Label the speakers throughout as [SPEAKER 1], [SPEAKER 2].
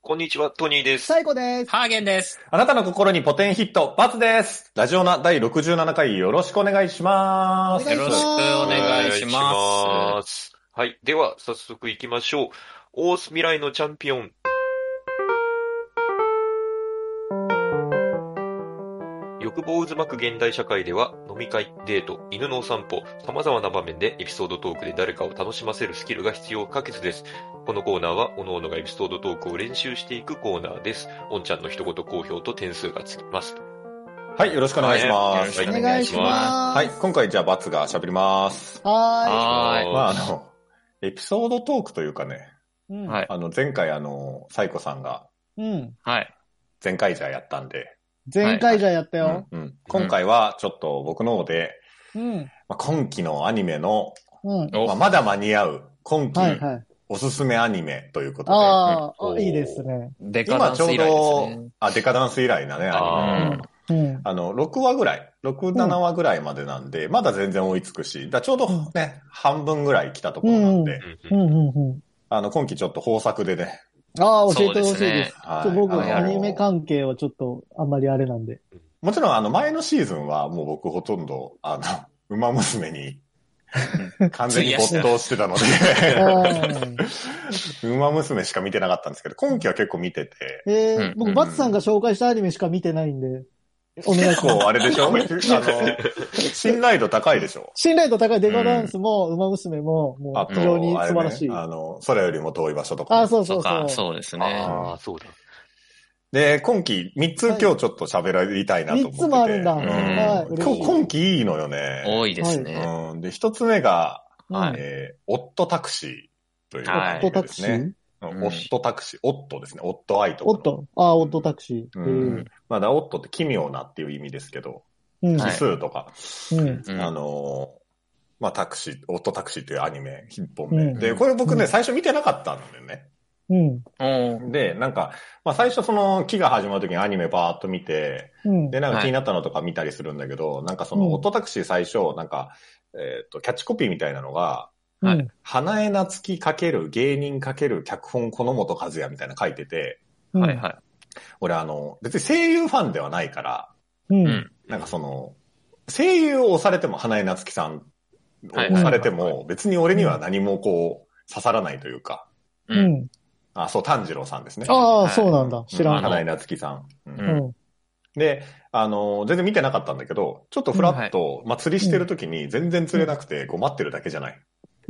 [SPEAKER 1] こんにちは、トニーです。
[SPEAKER 2] 最後です。
[SPEAKER 3] ハーゲンです。
[SPEAKER 4] あなたの心にポテンヒット、バツです。ラジオナ第67回よろしくお願いしま
[SPEAKER 2] お
[SPEAKER 4] す。
[SPEAKER 2] 願いし
[SPEAKER 3] よろ
[SPEAKER 2] ま
[SPEAKER 3] し
[SPEAKER 2] す
[SPEAKER 3] くお願いし
[SPEAKER 1] お願
[SPEAKER 3] ま
[SPEAKER 1] いします。はい。では、早速行きましょう。オース未来のチャンピオン。欲望渦巻く現代社会では、飲み会、デート、犬のお散歩、様々な場面でエピソードトークで誰かを楽しませるスキルが必要不可欠です。このコーナーは、各々がエピソードトークを練習していくコーナーです。おんちゃんの一言好評と点数がつきます。
[SPEAKER 4] はい、よろしくお願いしま
[SPEAKER 3] は
[SPEAKER 4] す。
[SPEAKER 3] い
[SPEAKER 2] お願いします。
[SPEAKER 4] はい、今回じゃあバツが喋ります。
[SPEAKER 2] は
[SPEAKER 3] は
[SPEAKER 4] まああの、エピソードトークというかね、
[SPEAKER 2] ーい。うん
[SPEAKER 3] ーい。はい。
[SPEAKER 4] あの、前回あの、サイコさんが
[SPEAKER 2] うん。
[SPEAKER 3] はい。
[SPEAKER 4] 前回じゃやったんで、
[SPEAKER 2] 前回じゃやったよ。
[SPEAKER 4] うんうん今回はちょっと僕の方で、
[SPEAKER 2] うん。
[SPEAKER 4] まあ、今期のアニメの、
[SPEAKER 2] うん。
[SPEAKER 3] お
[SPEAKER 4] まあ、まだ間に合う、今期
[SPEAKER 2] はいはい。
[SPEAKER 4] おすすめアニメということで、
[SPEAKER 2] あ
[SPEAKER 1] うん
[SPEAKER 2] ーあ、いいですね。
[SPEAKER 3] デカダン
[SPEAKER 4] 今ち
[SPEAKER 3] ス
[SPEAKER 4] ょう
[SPEAKER 3] 以来です
[SPEAKER 4] ど、
[SPEAKER 3] ね。
[SPEAKER 4] あ、デカダンス以来だね、アニメ
[SPEAKER 3] あ
[SPEAKER 2] う
[SPEAKER 3] ー
[SPEAKER 2] ん。
[SPEAKER 4] あの、6話ぐらい、6、7話ぐらいまでなんで、まだ全然追いつくし、だちょうどね、半分ぐらい来たところなんで、
[SPEAKER 2] う
[SPEAKER 1] うん
[SPEAKER 2] う
[SPEAKER 1] うん
[SPEAKER 2] んうんうん。
[SPEAKER 4] あの、今期ちょっと豊作でね、
[SPEAKER 2] ああ、教えてほしい
[SPEAKER 3] そうで
[SPEAKER 2] ですす
[SPEAKER 3] ね。
[SPEAKER 4] は
[SPEAKER 2] ちょ僕、
[SPEAKER 4] あの
[SPEAKER 2] アニメ関係はちょっと、あんまりあれなんで。
[SPEAKER 4] もちろん、あの、前のシーズンはもう僕ほとんど、あの、馬 娘に、完全に没頭してたので、 馬娘しか見てなかったんですけど、今期は結構見てて、
[SPEAKER 2] え
[SPEAKER 3] うん
[SPEAKER 2] ー、僕、バツさんが紹介したアニメしか見てないんで、お願い
[SPEAKER 4] 結
[SPEAKER 2] します。
[SPEAKER 4] 構あれでしょあの、信頼度高いでしょ
[SPEAKER 2] 信頼度高いデカダンスも、ウマ娘も、も
[SPEAKER 4] あ
[SPEAKER 2] う、
[SPEAKER 4] と、
[SPEAKER 2] 非常に素晴らしい。
[SPEAKER 4] あれね
[SPEAKER 2] あ
[SPEAKER 4] あの、空よりも遠い場所とかね、
[SPEAKER 2] あ、そうそ
[SPEAKER 3] そ
[SPEAKER 2] ううそ
[SPEAKER 3] か、
[SPEAKER 2] う。
[SPEAKER 3] そうですね。
[SPEAKER 1] ああ、そうだ。
[SPEAKER 4] で、今期3つ今日ちょっと喋りたいなと思ってて。
[SPEAKER 2] 三つもあるんだ
[SPEAKER 4] う
[SPEAKER 3] はい
[SPEAKER 4] 今日今期いいのよね。
[SPEAKER 3] 多いですね。
[SPEAKER 4] うん、で、一つ目が、
[SPEAKER 3] はい
[SPEAKER 4] えー、オットタクシーという、
[SPEAKER 2] オ
[SPEAKER 3] は
[SPEAKER 2] ットタクシー
[SPEAKER 4] うん。
[SPEAKER 3] うん
[SPEAKER 4] オットタクシー、オットですね。オットアイとか
[SPEAKER 2] オ
[SPEAKER 4] の
[SPEAKER 2] ッ。ト。あ、オットタクシー。
[SPEAKER 4] う
[SPEAKER 2] うんん。。
[SPEAKER 4] まあだ、オットって奇妙なっていう意味ですけど、
[SPEAKER 2] うん。
[SPEAKER 3] は
[SPEAKER 4] 奇
[SPEAKER 3] い
[SPEAKER 4] 数とか、
[SPEAKER 2] うん。
[SPEAKER 3] うん
[SPEAKER 4] あのーまあ、タクシー、オットタクシーというアニメ、一本目。
[SPEAKER 2] うん
[SPEAKER 4] で、これ僕ね、
[SPEAKER 2] うん
[SPEAKER 4] 最初見てなかったんだよね。
[SPEAKER 2] うん。
[SPEAKER 3] うん
[SPEAKER 4] で、なんか、まあ、最初その、期が始まる時にアニメバーっと見て、
[SPEAKER 2] うん。
[SPEAKER 4] で、なん
[SPEAKER 3] は
[SPEAKER 4] か
[SPEAKER 3] い
[SPEAKER 4] 気になったのとか見たりするんだけど、なんかそうの、
[SPEAKER 2] ん
[SPEAKER 4] オットタクシー最初、なんか、えっ、と、キャッチコピーみたいなのが、
[SPEAKER 2] う
[SPEAKER 3] はい
[SPEAKER 2] ん。
[SPEAKER 4] 花江夏樹かける芸人かける脚本この本和也みたいな書いてて、
[SPEAKER 2] うん
[SPEAKER 3] はいは
[SPEAKER 4] 俺あの、別に声優ファンではないから、
[SPEAKER 2] うん。
[SPEAKER 3] うん
[SPEAKER 4] なんかその、声優を押されても花江夏樹さんを
[SPEAKER 3] はい
[SPEAKER 4] 押されて
[SPEAKER 3] はい
[SPEAKER 4] も、別に俺には何もこう、刺さらないというか、
[SPEAKER 3] い。
[SPEAKER 2] う
[SPEAKER 3] うん。
[SPEAKER 2] ん。
[SPEAKER 4] あ、そう、炭治郎さんですね。
[SPEAKER 2] ああ、そうなんだ。知らんかっ
[SPEAKER 4] 花江夏樹さん。うん
[SPEAKER 2] た。
[SPEAKER 3] う
[SPEAKER 2] うんん。
[SPEAKER 4] で、あの、全然見てなかったんだけど、ちょっとフラッと、まあ、釣りしてる時に全然釣れなくて、こう待ってるだけじゃない。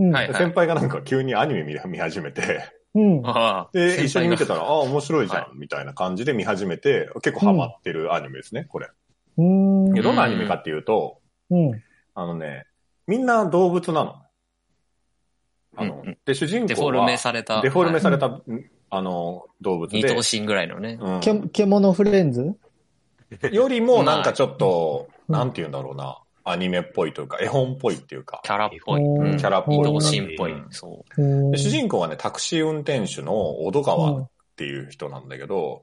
[SPEAKER 2] うん。
[SPEAKER 3] はい
[SPEAKER 4] で先輩がなんか急にアニメ見見始めて、
[SPEAKER 2] うん。
[SPEAKER 3] ああ
[SPEAKER 4] で、一緒に見てたら、あ
[SPEAKER 3] 先
[SPEAKER 4] あ、面白いじゃん、
[SPEAKER 3] は
[SPEAKER 4] みたいな感じで見始めて、結構ハマってるアニメですね、これ。
[SPEAKER 2] うん。
[SPEAKER 4] でどんなアニメかっていうと、
[SPEAKER 2] うん。
[SPEAKER 4] あのね、みんな動物なの。あの、
[SPEAKER 3] うんうん
[SPEAKER 4] で、主人公
[SPEAKER 3] 輩がデ
[SPEAKER 4] は
[SPEAKER 3] フォルメされた。
[SPEAKER 4] デフォルメされた、
[SPEAKER 2] は
[SPEAKER 4] あの、動物
[SPEAKER 3] 二
[SPEAKER 4] で
[SPEAKER 3] 等、身ぐらいのね。
[SPEAKER 4] うん
[SPEAKER 2] け、獣フレンズ
[SPEAKER 4] よりもなんかちょっと、
[SPEAKER 2] まあ
[SPEAKER 4] なんて言うんだろうな、アニメっぽいというか、絵本っぽいっていうか
[SPEAKER 3] キ、ャラっぽい。
[SPEAKER 2] うん
[SPEAKER 3] うん
[SPEAKER 4] キャラっぽい
[SPEAKER 3] 二等身っぽい
[SPEAKER 4] うん。
[SPEAKER 3] そ
[SPEAKER 4] で主
[SPEAKER 2] 主
[SPEAKER 4] 人公はね、タクシー運転手の小戸川っていう人なんだけど、こ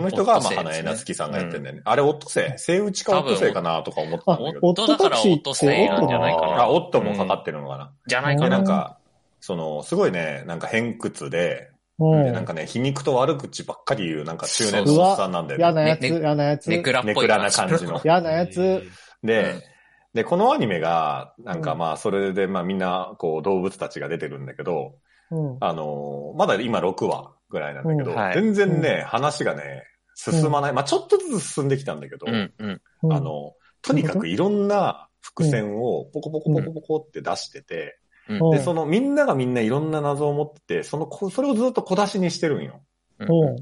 [SPEAKER 4] の人が、ま
[SPEAKER 3] オットセイです
[SPEAKER 4] あ、
[SPEAKER 3] ね
[SPEAKER 4] 花江夏樹さんがやってんだよね。あれ、オットセイセイウチか
[SPEAKER 3] 多
[SPEAKER 4] オ
[SPEAKER 3] 分
[SPEAKER 4] ットセイかなとか思ってたんだけど。
[SPEAKER 2] オ
[SPEAKER 3] う。
[SPEAKER 2] ッ
[SPEAKER 3] 音
[SPEAKER 2] ト
[SPEAKER 3] だか
[SPEAKER 2] タク
[SPEAKER 3] らオ
[SPEAKER 2] シー
[SPEAKER 3] ッ
[SPEAKER 2] っ
[SPEAKER 3] トセイ
[SPEAKER 2] て
[SPEAKER 3] なんじゃないか
[SPEAKER 4] あ、
[SPEAKER 3] な。
[SPEAKER 4] オットもかかってるのかな。
[SPEAKER 3] じゃないか
[SPEAKER 4] で、
[SPEAKER 3] な
[SPEAKER 4] なん。か、その、すごいね、なんか偏屈で、
[SPEAKER 2] う
[SPEAKER 4] で
[SPEAKER 2] ん
[SPEAKER 4] なんかね、皮肉と悪口ばっかり言う、なんか中年
[SPEAKER 3] そう
[SPEAKER 4] の
[SPEAKER 2] わ
[SPEAKER 4] おっさんなんだ
[SPEAKER 2] 嫌
[SPEAKER 4] よね。
[SPEAKER 2] なやつ、
[SPEAKER 3] ねね
[SPEAKER 2] 嫌なやつ。
[SPEAKER 3] ネクラっぽい。
[SPEAKER 4] ネクラな感じの。
[SPEAKER 2] 嫌なやつ。
[SPEAKER 3] うん
[SPEAKER 4] で、で、このアニメが、なんか
[SPEAKER 2] うん
[SPEAKER 4] まあ、それで、まあ、みんな、こう、動物たちが出てるんだけど、
[SPEAKER 2] うん。
[SPEAKER 4] あのーまだ今6話ぐらいなんだけど、
[SPEAKER 3] うんはい
[SPEAKER 4] 全然ね、話がね、進まない。まあちょっとずつ進んできたんだけど、
[SPEAKER 3] うんうん。
[SPEAKER 2] うん
[SPEAKER 4] あ、の、とにかくいろんな伏線をポコポコポコポコって出してて、
[SPEAKER 3] うん
[SPEAKER 4] で、そのみんながみんないろんな謎を持ってて、そのこ、それをずっと小出しにしてるんよ。
[SPEAKER 2] うん。
[SPEAKER 1] うん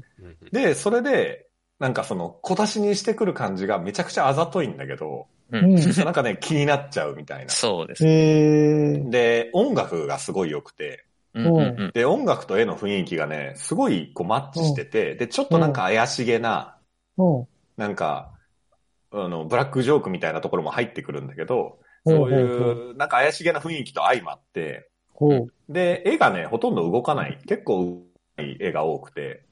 [SPEAKER 4] で、それで、なんかその小出しにしてくる感じがめちゃくちゃあざといんだけど、
[SPEAKER 3] う
[SPEAKER 2] うん
[SPEAKER 3] ん。
[SPEAKER 4] なんかね、気になっちゃうみたいな。
[SPEAKER 3] そうですね。
[SPEAKER 2] えー。
[SPEAKER 4] で、音楽がすごい良くて、
[SPEAKER 3] うんうんうん。
[SPEAKER 4] で、音楽と絵の雰囲気がね、すごいこうマッチしてて、で、ちょっとなんか怪しげな、
[SPEAKER 2] うん。
[SPEAKER 4] なんか、あの、ブラックジョークみたいなところも入ってくるんだけど、そういう、なんか怪しげな雰囲気と相まって、
[SPEAKER 2] ほう。
[SPEAKER 4] で、絵がね、ほとんど動かない。結構動かない絵が多くて、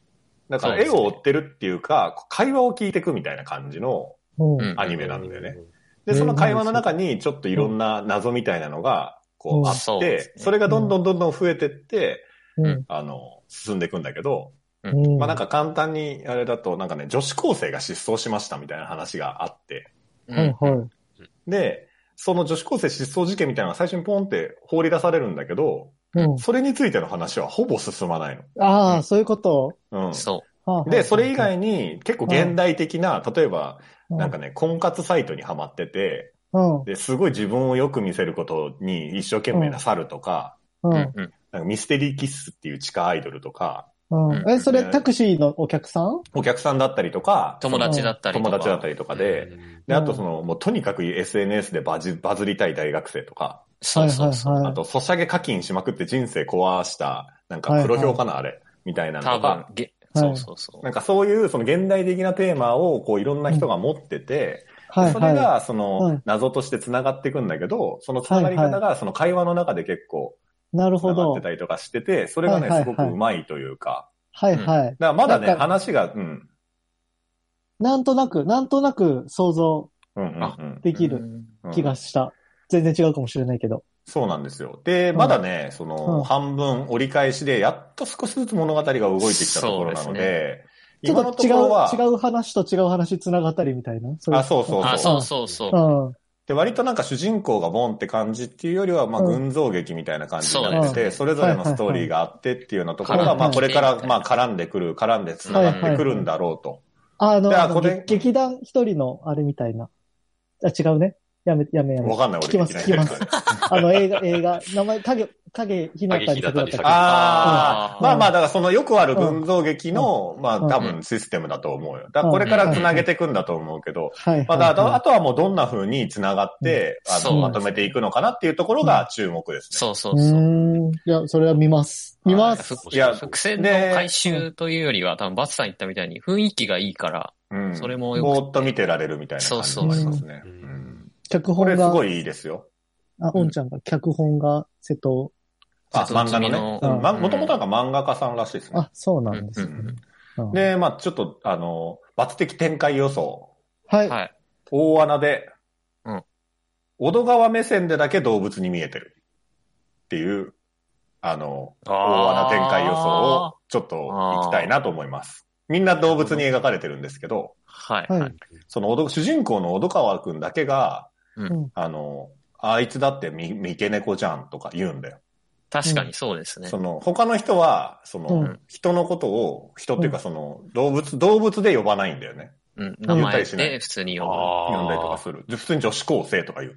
[SPEAKER 4] だから
[SPEAKER 3] そう
[SPEAKER 4] 絵
[SPEAKER 3] ですね
[SPEAKER 4] を追ってるっていうか、会話を聞いていくみたいな感じの
[SPEAKER 2] ほう。
[SPEAKER 3] うん
[SPEAKER 4] アニメなんだよね。。
[SPEAKER 2] う
[SPEAKER 4] で、
[SPEAKER 2] ん
[SPEAKER 4] その会話の中にちょっといろんな謎みたいなのが、こ
[SPEAKER 2] うん
[SPEAKER 4] うあ
[SPEAKER 3] そ
[SPEAKER 4] っ
[SPEAKER 3] うです
[SPEAKER 4] て
[SPEAKER 3] ね、
[SPEAKER 4] それがどんどんどんどん増えてって、
[SPEAKER 2] うん。
[SPEAKER 4] あの、進んでいくんだけど、
[SPEAKER 2] うん
[SPEAKER 4] まあなんか簡単にあれだと、なんかね、女子高生が失踪しましたみたいな話があって、
[SPEAKER 3] う
[SPEAKER 2] はい
[SPEAKER 3] ん。
[SPEAKER 2] は
[SPEAKER 4] で、その女子高生失踪事件みたいなのが最初にポンって放り出されるんだけど、
[SPEAKER 2] い。うん。
[SPEAKER 4] それについての話はほぼ進まない
[SPEAKER 2] ああ、そういうこと。
[SPEAKER 4] の。うん。
[SPEAKER 3] そ
[SPEAKER 2] はあはあ
[SPEAKER 4] で、それ以、外に結構現代的な、例えば、なんか
[SPEAKER 2] ね、
[SPEAKER 4] ね、婚活サイトにハマってて、
[SPEAKER 2] うん、うん、
[SPEAKER 4] で、すごい自分をよく見せることに一生懸命なさるとか、
[SPEAKER 3] う。う
[SPEAKER 2] うん
[SPEAKER 3] うん。
[SPEAKER 4] なんかミステリーキッスっていう地下アイドルとか、
[SPEAKER 2] ん。うんえ、それ
[SPEAKER 4] ね
[SPEAKER 2] タクシーのお客さん
[SPEAKER 4] お客さんだったりとか、
[SPEAKER 3] 友達だったりと
[SPEAKER 4] 友
[SPEAKER 3] か。
[SPEAKER 4] 達だったりとかで、で、あとその、もうとにかく SNS でバズバズりたい大学生とか、
[SPEAKER 3] そうそうそう。
[SPEAKER 2] はいはい
[SPEAKER 4] あと、ソシャゲ課金しまくって人生壊した、なんか黒票かな、あれ、みたいなの
[SPEAKER 3] 多
[SPEAKER 4] と
[SPEAKER 3] 分
[SPEAKER 4] か、、
[SPEAKER 3] げ
[SPEAKER 2] は
[SPEAKER 3] そ
[SPEAKER 2] いう
[SPEAKER 3] そうそう。
[SPEAKER 4] なんかそういうその現代的なテーマをこういろんな人が持ってて、
[SPEAKER 2] はい
[SPEAKER 4] それ
[SPEAKER 2] は
[SPEAKER 4] がそ
[SPEAKER 2] は
[SPEAKER 4] の
[SPEAKER 2] い
[SPEAKER 4] 謎として繋がっていくんだけど、その繋がり方がその会話の中で結構
[SPEAKER 2] い。なるほ
[SPEAKER 4] 繋がっ
[SPEAKER 2] ど
[SPEAKER 4] て。たりとかしてて、それが
[SPEAKER 2] は
[SPEAKER 4] ね、
[SPEAKER 2] いは
[SPEAKER 4] す
[SPEAKER 2] いはい
[SPEAKER 4] ごくうまいというか、
[SPEAKER 2] はいはい。
[SPEAKER 4] だからまだね、
[SPEAKER 2] なんか
[SPEAKER 4] 話が、うん、
[SPEAKER 2] なんとなく、なんとなく想像
[SPEAKER 4] うんうん
[SPEAKER 3] あ
[SPEAKER 4] うん
[SPEAKER 2] できる
[SPEAKER 3] うん
[SPEAKER 2] 気がした。全然違うかもしれないけど。
[SPEAKER 4] そうなんですよ。で、
[SPEAKER 2] うん
[SPEAKER 4] まだね、そ
[SPEAKER 2] うん
[SPEAKER 4] の、半分折り返しで、やっと少しずつ物語が動いてきたところな
[SPEAKER 3] そ
[SPEAKER 4] の
[SPEAKER 3] う
[SPEAKER 4] で、
[SPEAKER 2] ち
[SPEAKER 4] 今
[SPEAKER 2] ょ
[SPEAKER 4] の
[SPEAKER 2] っと
[SPEAKER 4] と
[SPEAKER 2] 違
[SPEAKER 4] ころは、
[SPEAKER 2] う、違う話と違う話繋がったりみたいな。それ
[SPEAKER 4] あ、そうそう
[SPEAKER 3] あ、
[SPEAKER 4] そう。
[SPEAKER 3] そうそうそう。
[SPEAKER 2] うん。
[SPEAKER 4] で、割となんか主人公がボンって感じっていうよりは、まあ、
[SPEAKER 2] うん
[SPEAKER 4] 群像劇みたいな感じになってて、
[SPEAKER 3] うん
[SPEAKER 4] それぞれのストーリーがあってっていうようなところが、
[SPEAKER 2] はいはい
[SPEAKER 4] まあ、
[SPEAKER 2] はい
[SPEAKER 4] これから
[SPEAKER 3] 絡ん、で
[SPEAKER 4] まあ、絡んでくる、絡んで繋がってくるんだろうと。
[SPEAKER 2] あの、
[SPEAKER 4] であ
[SPEAKER 2] あの
[SPEAKER 4] これ
[SPEAKER 2] 劇劇団一人のあれみたいな。あ、違うね。やめ、やめやめ
[SPEAKER 4] わ。かんない、俺。
[SPEAKER 2] 聞きます
[SPEAKER 4] いない
[SPEAKER 2] 聞きます あの、映画、映画、名前、影、影ひなたに
[SPEAKER 1] 影ひなたに
[SPEAKER 2] あ
[SPEAKER 4] ああ、
[SPEAKER 2] うん
[SPEAKER 4] まあまあ、だからそのよくある群像劇の、まあ多分システムだと思うよ。だからこれから繋げていくんだと思うけど、
[SPEAKER 2] はいはい。
[SPEAKER 4] まあだから、あ
[SPEAKER 2] は
[SPEAKER 4] とはもうどんな風に繋がって、
[SPEAKER 3] うん
[SPEAKER 4] あ
[SPEAKER 3] そう
[SPEAKER 4] の、まとめていくのかなっていうところが注目ですね。
[SPEAKER 3] そう
[SPEAKER 2] い
[SPEAKER 3] そ
[SPEAKER 2] うう
[SPEAKER 3] そう。
[SPEAKER 2] ーん。いや、それは見ます。見ます。
[SPEAKER 3] ふ
[SPEAKER 4] いや
[SPEAKER 3] 伏線の回収というよりは、多分バツさん言ったみたいに雰囲気がいいから、
[SPEAKER 4] うん。
[SPEAKER 3] それもよく
[SPEAKER 4] ぼーっと見てられるみたいな感じもありますね。
[SPEAKER 1] そうそう
[SPEAKER 4] う
[SPEAKER 1] うん
[SPEAKER 4] ん
[SPEAKER 2] 脚
[SPEAKER 4] こ
[SPEAKER 2] 本
[SPEAKER 4] れす
[SPEAKER 2] が、
[SPEAKER 4] ごいいいですよ。
[SPEAKER 2] あ、おんちゃんが、脚本が瀬戸。
[SPEAKER 4] あ、
[SPEAKER 3] 瀬戸
[SPEAKER 4] 漫画
[SPEAKER 3] 内海
[SPEAKER 4] のね
[SPEAKER 3] の。
[SPEAKER 4] うんま
[SPEAKER 3] うん
[SPEAKER 4] もともとなんか漫画家さんらしいですね。
[SPEAKER 2] あ、そうなんです
[SPEAKER 4] うんうん
[SPEAKER 2] ね。うん
[SPEAKER 4] で、まあちょっと、あの、罰的展開予想。
[SPEAKER 2] はい。
[SPEAKER 3] はい。
[SPEAKER 4] 大穴で、
[SPEAKER 3] うん
[SPEAKER 4] 小戸川目線でだけ動物に見えてる。っていう、あの、大穴展開予想をちょっと行きたいなと思います。みんな動物に描かれてるんですけど、
[SPEAKER 3] はい。
[SPEAKER 2] はい
[SPEAKER 3] はい。
[SPEAKER 4] その小戸主人公の小戸川くんだけが、
[SPEAKER 3] うん
[SPEAKER 4] あの、あいつだってみ、三毛猫じゃんとか言うんだよ。
[SPEAKER 3] 確かにそうですね
[SPEAKER 4] そ。の、他の人は、その、
[SPEAKER 2] うん
[SPEAKER 4] 人のことを、人っていうかその、動物、動物で呼ばないんだよね。
[SPEAKER 3] うん。名
[SPEAKER 4] 言った
[SPEAKER 3] 前
[SPEAKER 4] りしない
[SPEAKER 3] で普通に呼ぶ。
[SPEAKER 4] 呼んだりとか
[SPEAKER 1] あ
[SPEAKER 4] する。で普通に女子高生とか言う。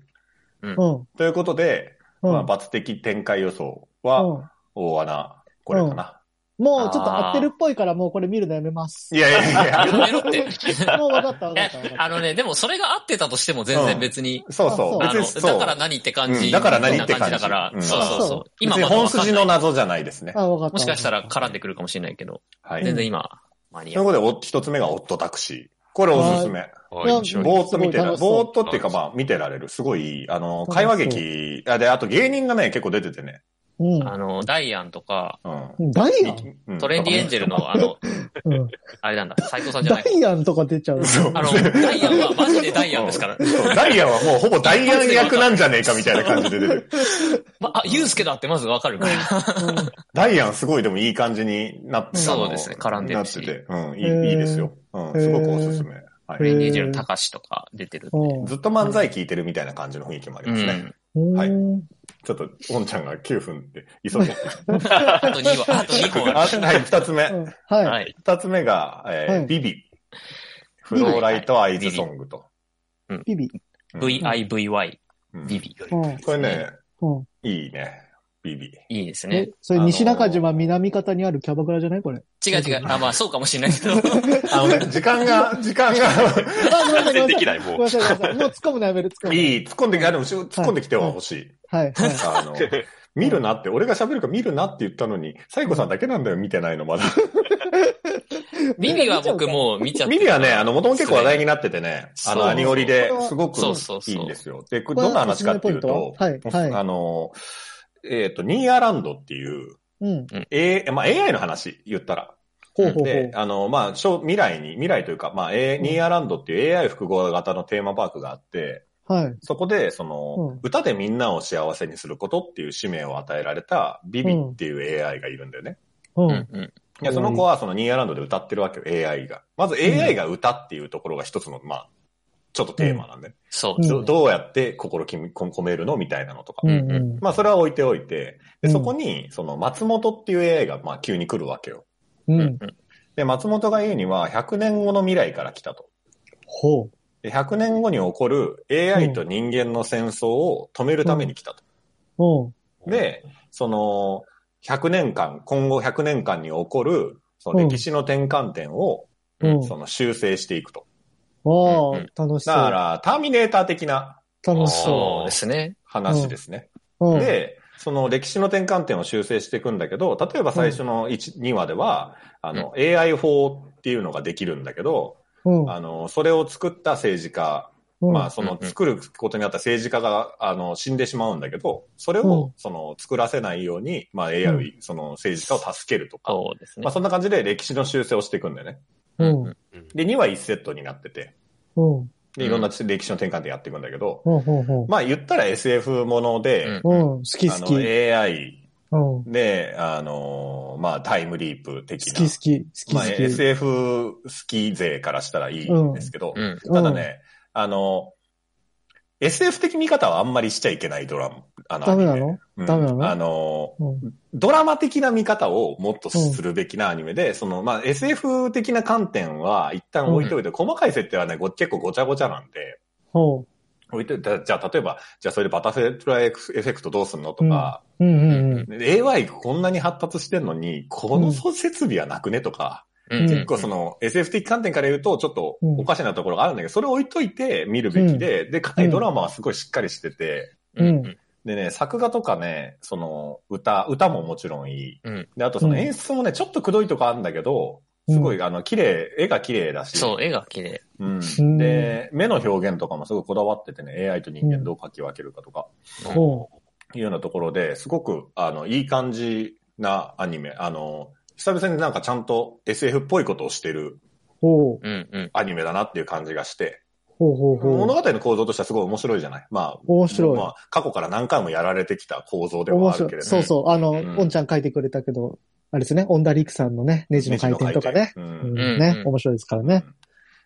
[SPEAKER 2] うん。
[SPEAKER 4] ということで、
[SPEAKER 2] うん。
[SPEAKER 4] まあ、罰的展開予想
[SPEAKER 2] う
[SPEAKER 4] は、
[SPEAKER 2] ん
[SPEAKER 4] 大穴、これかな。
[SPEAKER 2] もうちょっと合ってるっぽいから、もうこれ見るのやめます。
[SPEAKER 4] いやいや いやいや、
[SPEAKER 3] やめろって。
[SPEAKER 2] もう分かった分かった分かっ
[SPEAKER 3] あのね、でもそれが合ってたとしても全然別に、
[SPEAKER 4] そうそう、
[SPEAKER 2] あ
[SPEAKER 3] あ
[SPEAKER 4] 別
[SPEAKER 3] の、
[SPEAKER 4] にそう。
[SPEAKER 3] だから何って感
[SPEAKER 4] う
[SPEAKER 3] じ。
[SPEAKER 4] んだから何って
[SPEAKER 3] な
[SPEAKER 4] 感じ
[SPEAKER 3] だから
[SPEAKER 4] う、ん
[SPEAKER 3] そうそう
[SPEAKER 2] そ
[SPEAKER 3] そうう。
[SPEAKER 4] 別
[SPEAKER 3] 今
[SPEAKER 4] に
[SPEAKER 3] まだ
[SPEAKER 4] 本
[SPEAKER 3] わかんない
[SPEAKER 4] 筋の謎じゃないですね
[SPEAKER 2] た。。あ、分かった。
[SPEAKER 3] もしかしたら絡んでくるかもしれないけど、
[SPEAKER 4] はい。
[SPEAKER 3] 全
[SPEAKER 4] という
[SPEAKER 3] 然今、間に合う
[SPEAKER 4] ことで、お一つ目がオットタクシー。これおすすめ。
[SPEAKER 1] あ。
[SPEAKER 2] いや
[SPEAKER 1] 面白い
[SPEAKER 4] ぼーっと見てら
[SPEAKER 2] すごい楽しそう
[SPEAKER 4] ぼーっとっていうかまあ見てられる。すごいいい、あの、
[SPEAKER 2] 楽しそう
[SPEAKER 4] 会話劇、あで、あと芸人がね、結構出ててね。
[SPEAKER 2] うん。
[SPEAKER 3] あの、ダイアンとか、
[SPEAKER 4] うん。
[SPEAKER 2] ダイアン
[SPEAKER 4] うん
[SPEAKER 3] トレンディエンジェルの、あの、
[SPEAKER 2] うん
[SPEAKER 3] あれなんだ、斎藤さんじゃな
[SPEAKER 2] ダ
[SPEAKER 3] い。
[SPEAKER 2] イアンとか出ちゃう。
[SPEAKER 4] そう
[SPEAKER 3] あの、ダイアンはマジでダイアンですから。
[SPEAKER 4] そうダイアンはもうほぼダイアン役なんじゃねえかみたいな感じで出てる。
[SPEAKER 3] まあ、ユースケだってまずわかるから。
[SPEAKER 2] うん
[SPEAKER 4] ダイアンすごいでもいい感じになって
[SPEAKER 2] そう
[SPEAKER 4] あの
[SPEAKER 3] ですね絡んでるし
[SPEAKER 4] なってて、うん、い
[SPEAKER 2] へー
[SPEAKER 4] い、いいですよ。うん、すごくおすすめ。は
[SPEAKER 3] トレ
[SPEAKER 4] い。
[SPEAKER 3] ンディエンジェルの高志とか出てるんで。
[SPEAKER 2] うん
[SPEAKER 4] ずっと漫才聞いてるみたいな感じの雰囲気もあり
[SPEAKER 3] う
[SPEAKER 4] ますね。
[SPEAKER 3] ん。
[SPEAKER 4] はい
[SPEAKER 2] うん
[SPEAKER 4] ちょっと、おんちゃんが9分って急いで。
[SPEAKER 3] あと2は、あと2本あ
[SPEAKER 4] あはい、二つ目。
[SPEAKER 2] うんはい
[SPEAKER 3] る。。はい。
[SPEAKER 4] 二つ目が、えー
[SPEAKER 2] はい
[SPEAKER 4] ビビ。フローライトアイズソングと。
[SPEAKER 2] ビビ。
[SPEAKER 4] うん
[SPEAKER 3] VIVY、
[SPEAKER 4] うん
[SPEAKER 3] ビビ。
[SPEAKER 2] うん。
[SPEAKER 4] これね、
[SPEAKER 2] うん。
[SPEAKER 4] いいね。ビビ。
[SPEAKER 3] いいですね
[SPEAKER 2] え。、それ
[SPEAKER 4] あのー
[SPEAKER 2] 西中島南方にあるキャバクラじゃないこれ。
[SPEAKER 3] 違う違う。あ、まあそうかもしれないけど。
[SPEAKER 4] あのね、時間 が、時間が、
[SPEAKER 2] あ、ごめんなさい、ごめん
[SPEAKER 1] でき
[SPEAKER 2] なさい。
[SPEAKER 1] ない、
[SPEAKER 2] ごめ
[SPEAKER 1] も
[SPEAKER 2] ん
[SPEAKER 1] う。
[SPEAKER 2] なさい、ごめんなさい。もう突っ込むのやめる、突っ込む。
[SPEAKER 4] いい、突っ込んで、あ、でも突っ込んできては欲しい。
[SPEAKER 2] はい、はい。
[SPEAKER 4] あ の、見るなって、俺が喋るから見るなって言ったのに、サイコさんだけなんだよ、見てないの、まだ。
[SPEAKER 3] ビビは僕もう見ちゃって
[SPEAKER 4] ミ
[SPEAKER 3] る。
[SPEAKER 4] リはね、あの、もともと結構話題になっててね、
[SPEAKER 3] そ
[SPEAKER 4] あ
[SPEAKER 3] う
[SPEAKER 4] の、アニオリで
[SPEAKER 2] そう
[SPEAKER 4] すごく
[SPEAKER 3] そうそうそう
[SPEAKER 4] いいんですよ。で、こ
[SPEAKER 2] こ
[SPEAKER 4] れ
[SPEAKER 2] れ
[SPEAKER 4] どんな話かっていう
[SPEAKER 2] お
[SPEAKER 4] と
[SPEAKER 2] すす、めポイントははいはい
[SPEAKER 4] あの、えっ、と、ニーアランドっていう、
[SPEAKER 2] うん。
[SPEAKER 4] A、まあ、AI の話言ったら。
[SPEAKER 2] ほうほうほ
[SPEAKER 4] で
[SPEAKER 2] う、。
[SPEAKER 4] あの、まあ、将未来に、未来というか、まあ、A、
[SPEAKER 2] うん
[SPEAKER 4] ニーアランドっていう AI 複合型のテーマパークがあって、
[SPEAKER 2] はい。
[SPEAKER 4] そこで、その、
[SPEAKER 2] うん
[SPEAKER 4] 歌でみんなを幸せにすることっていう使命を与えられたビビっていう AI がいるんだよね。
[SPEAKER 2] う。
[SPEAKER 3] うんんうん。
[SPEAKER 4] いや、その子はそのニーアランドで歌ってるわけよ、AI が。まず AI が歌っていうところが一つの、まあ、ちょっとテーマなんで、
[SPEAKER 3] そうう。
[SPEAKER 2] ん
[SPEAKER 4] どどうやって心きみ込めるのみたいなのとか。
[SPEAKER 2] うん
[SPEAKER 3] う
[SPEAKER 2] う
[SPEAKER 4] まあ、それは置いておいて、で、
[SPEAKER 2] うん
[SPEAKER 4] そこに、その、松本っていう AI が、まあ、急に来るわけよ。
[SPEAKER 2] ん。う
[SPEAKER 3] うんん。
[SPEAKER 4] で、松本が言うには、100年後の未来から来たと。
[SPEAKER 2] ほ
[SPEAKER 4] で、100年後に起こる AI と人間の戦争を止めるために来たと。
[SPEAKER 2] う。うん。
[SPEAKER 4] で、その、100年間、今後100年間に起こる、その歴史の転換点を、
[SPEAKER 2] うん。
[SPEAKER 4] その修正していくと。
[SPEAKER 2] お
[SPEAKER 3] うん
[SPEAKER 2] ー、楽しそ
[SPEAKER 4] だか
[SPEAKER 2] う。
[SPEAKER 4] ら、ターミネーター的な
[SPEAKER 2] 楽し
[SPEAKER 3] そ
[SPEAKER 2] そ
[SPEAKER 3] うですね。
[SPEAKER 4] 話ですね。
[SPEAKER 2] う。うん。
[SPEAKER 4] で、その歴史の転換点を修正していくんだけど、例えば最初の1、2話では、あの、AI 法っていうのができるんだけど、
[SPEAKER 2] うん。
[SPEAKER 4] あの、それを作った政治家、
[SPEAKER 2] うん
[SPEAKER 4] まあ、その作ることにあった政治家が、あの、死んでしまうんだけど、それ
[SPEAKER 2] うん
[SPEAKER 4] を、その、作らせないように、まあ、AI を、その、政治家を助けるとか、
[SPEAKER 3] そうですね。
[SPEAKER 4] まあ、そんな感じで歴史の修正をしていくんだよね。
[SPEAKER 2] うん
[SPEAKER 3] うん
[SPEAKER 1] うん
[SPEAKER 4] で、2は1セットになってて、
[SPEAKER 2] うん。
[SPEAKER 4] で、いろんな歴史の転換点やっていくんだけど、
[SPEAKER 2] うん。うん。
[SPEAKER 4] まあ、言ったら SF もので、
[SPEAKER 2] うん。好き
[SPEAKER 4] あ
[SPEAKER 2] 好き。
[SPEAKER 4] の、
[SPEAKER 2] うん。
[SPEAKER 4] AI
[SPEAKER 2] 好
[SPEAKER 4] で、あのーまあ、タイムリープ的
[SPEAKER 2] き
[SPEAKER 4] な。
[SPEAKER 2] 好き。好き
[SPEAKER 4] まあ、
[SPEAKER 2] 好
[SPEAKER 4] SF 好き勢からしたらいいんですけど、
[SPEAKER 3] うん。
[SPEAKER 2] き。
[SPEAKER 4] ただね、あの SF 的見方はあんまりしちゃいけないドラマ。あの
[SPEAKER 2] ダメな
[SPEAKER 4] アニメ
[SPEAKER 2] の
[SPEAKER 4] うん
[SPEAKER 2] ダメなの
[SPEAKER 4] あの
[SPEAKER 2] うん。
[SPEAKER 4] ドラマ的な見方をもっとするべきなアニメで、その、まあ、SF 的な観点は一旦置いといて、細かい設定はね、ご結構ごちゃごちゃなんで、
[SPEAKER 2] ほ
[SPEAKER 4] 置いといて、じゃあ例えば、じゃあそれでバタフライエフェクトどうすんのとか、
[SPEAKER 2] う。うんうんうん。
[SPEAKER 4] で AI こんなに発達してんのに、この設備はなくねとか、
[SPEAKER 3] うん
[SPEAKER 4] 結構その SF 的観点から言うとちょっとおかしなところがあるんだけど、それを置いといて見るべきで、で、かなりドラマはすごいしっかりしてて、
[SPEAKER 3] うん。
[SPEAKER 4] でね、作画とかね、その歌、歌ももちろんいい
[SPEAKER 3] うん。
[SPEAKER 4] で、あとその
[SPEAKER 2] うん
[SPEAKER 4] 演出もね、ちょっとくどいとこあるんだけど、すごいあの、綺麗、絵が綺麗だし、
[SPEAKER 3] そう、絵が綺麗。
[SPEAKER 4] うん。で、目の表現とかもすごいこだわっててね、AI と人間どう書き分けるかとか、
[SPEAKER 2] ほ
[SPEAKER 4] いうようなところで、すごく、あの、いい感じなアニメ。あの、久々になんかちゃんと SF っぽいことをしてる
[SPEAKER 2] う。ほう。
[SPEAKER 3] うんうん。
[SPEAKER 4] アニメだなっていう感じがして、
[SPEAKER 2] ほうほうほ
[SPEAKER 4] 物
[SPEAKER 2] う。
[SPEAKER 4] 語の構造としてはすごい面白いじゃないまあ、
[SPEAKER 2] 面白い
[SPEAKER 4] まあ、過去から何回もやられてきた構造で
[SPEAKER 2] 面
[SPEAKER 4] はある
[SPEAKER 2] 白い
[SPEAKER 4] けれ。ど、
[SPEAKER 2] そうそう。あの、
[SPEAKER 4] ん
[SPEAKER 2] おんちゃん書いてくれたけど、あれですね。オンダリクさんのね、ネジの回転とかね。
[SPEAKER 4] う
[SPEAKER 2] うん
[SPEAKER 4] ん。
[SPEAKER 2] ね。面白いですからね。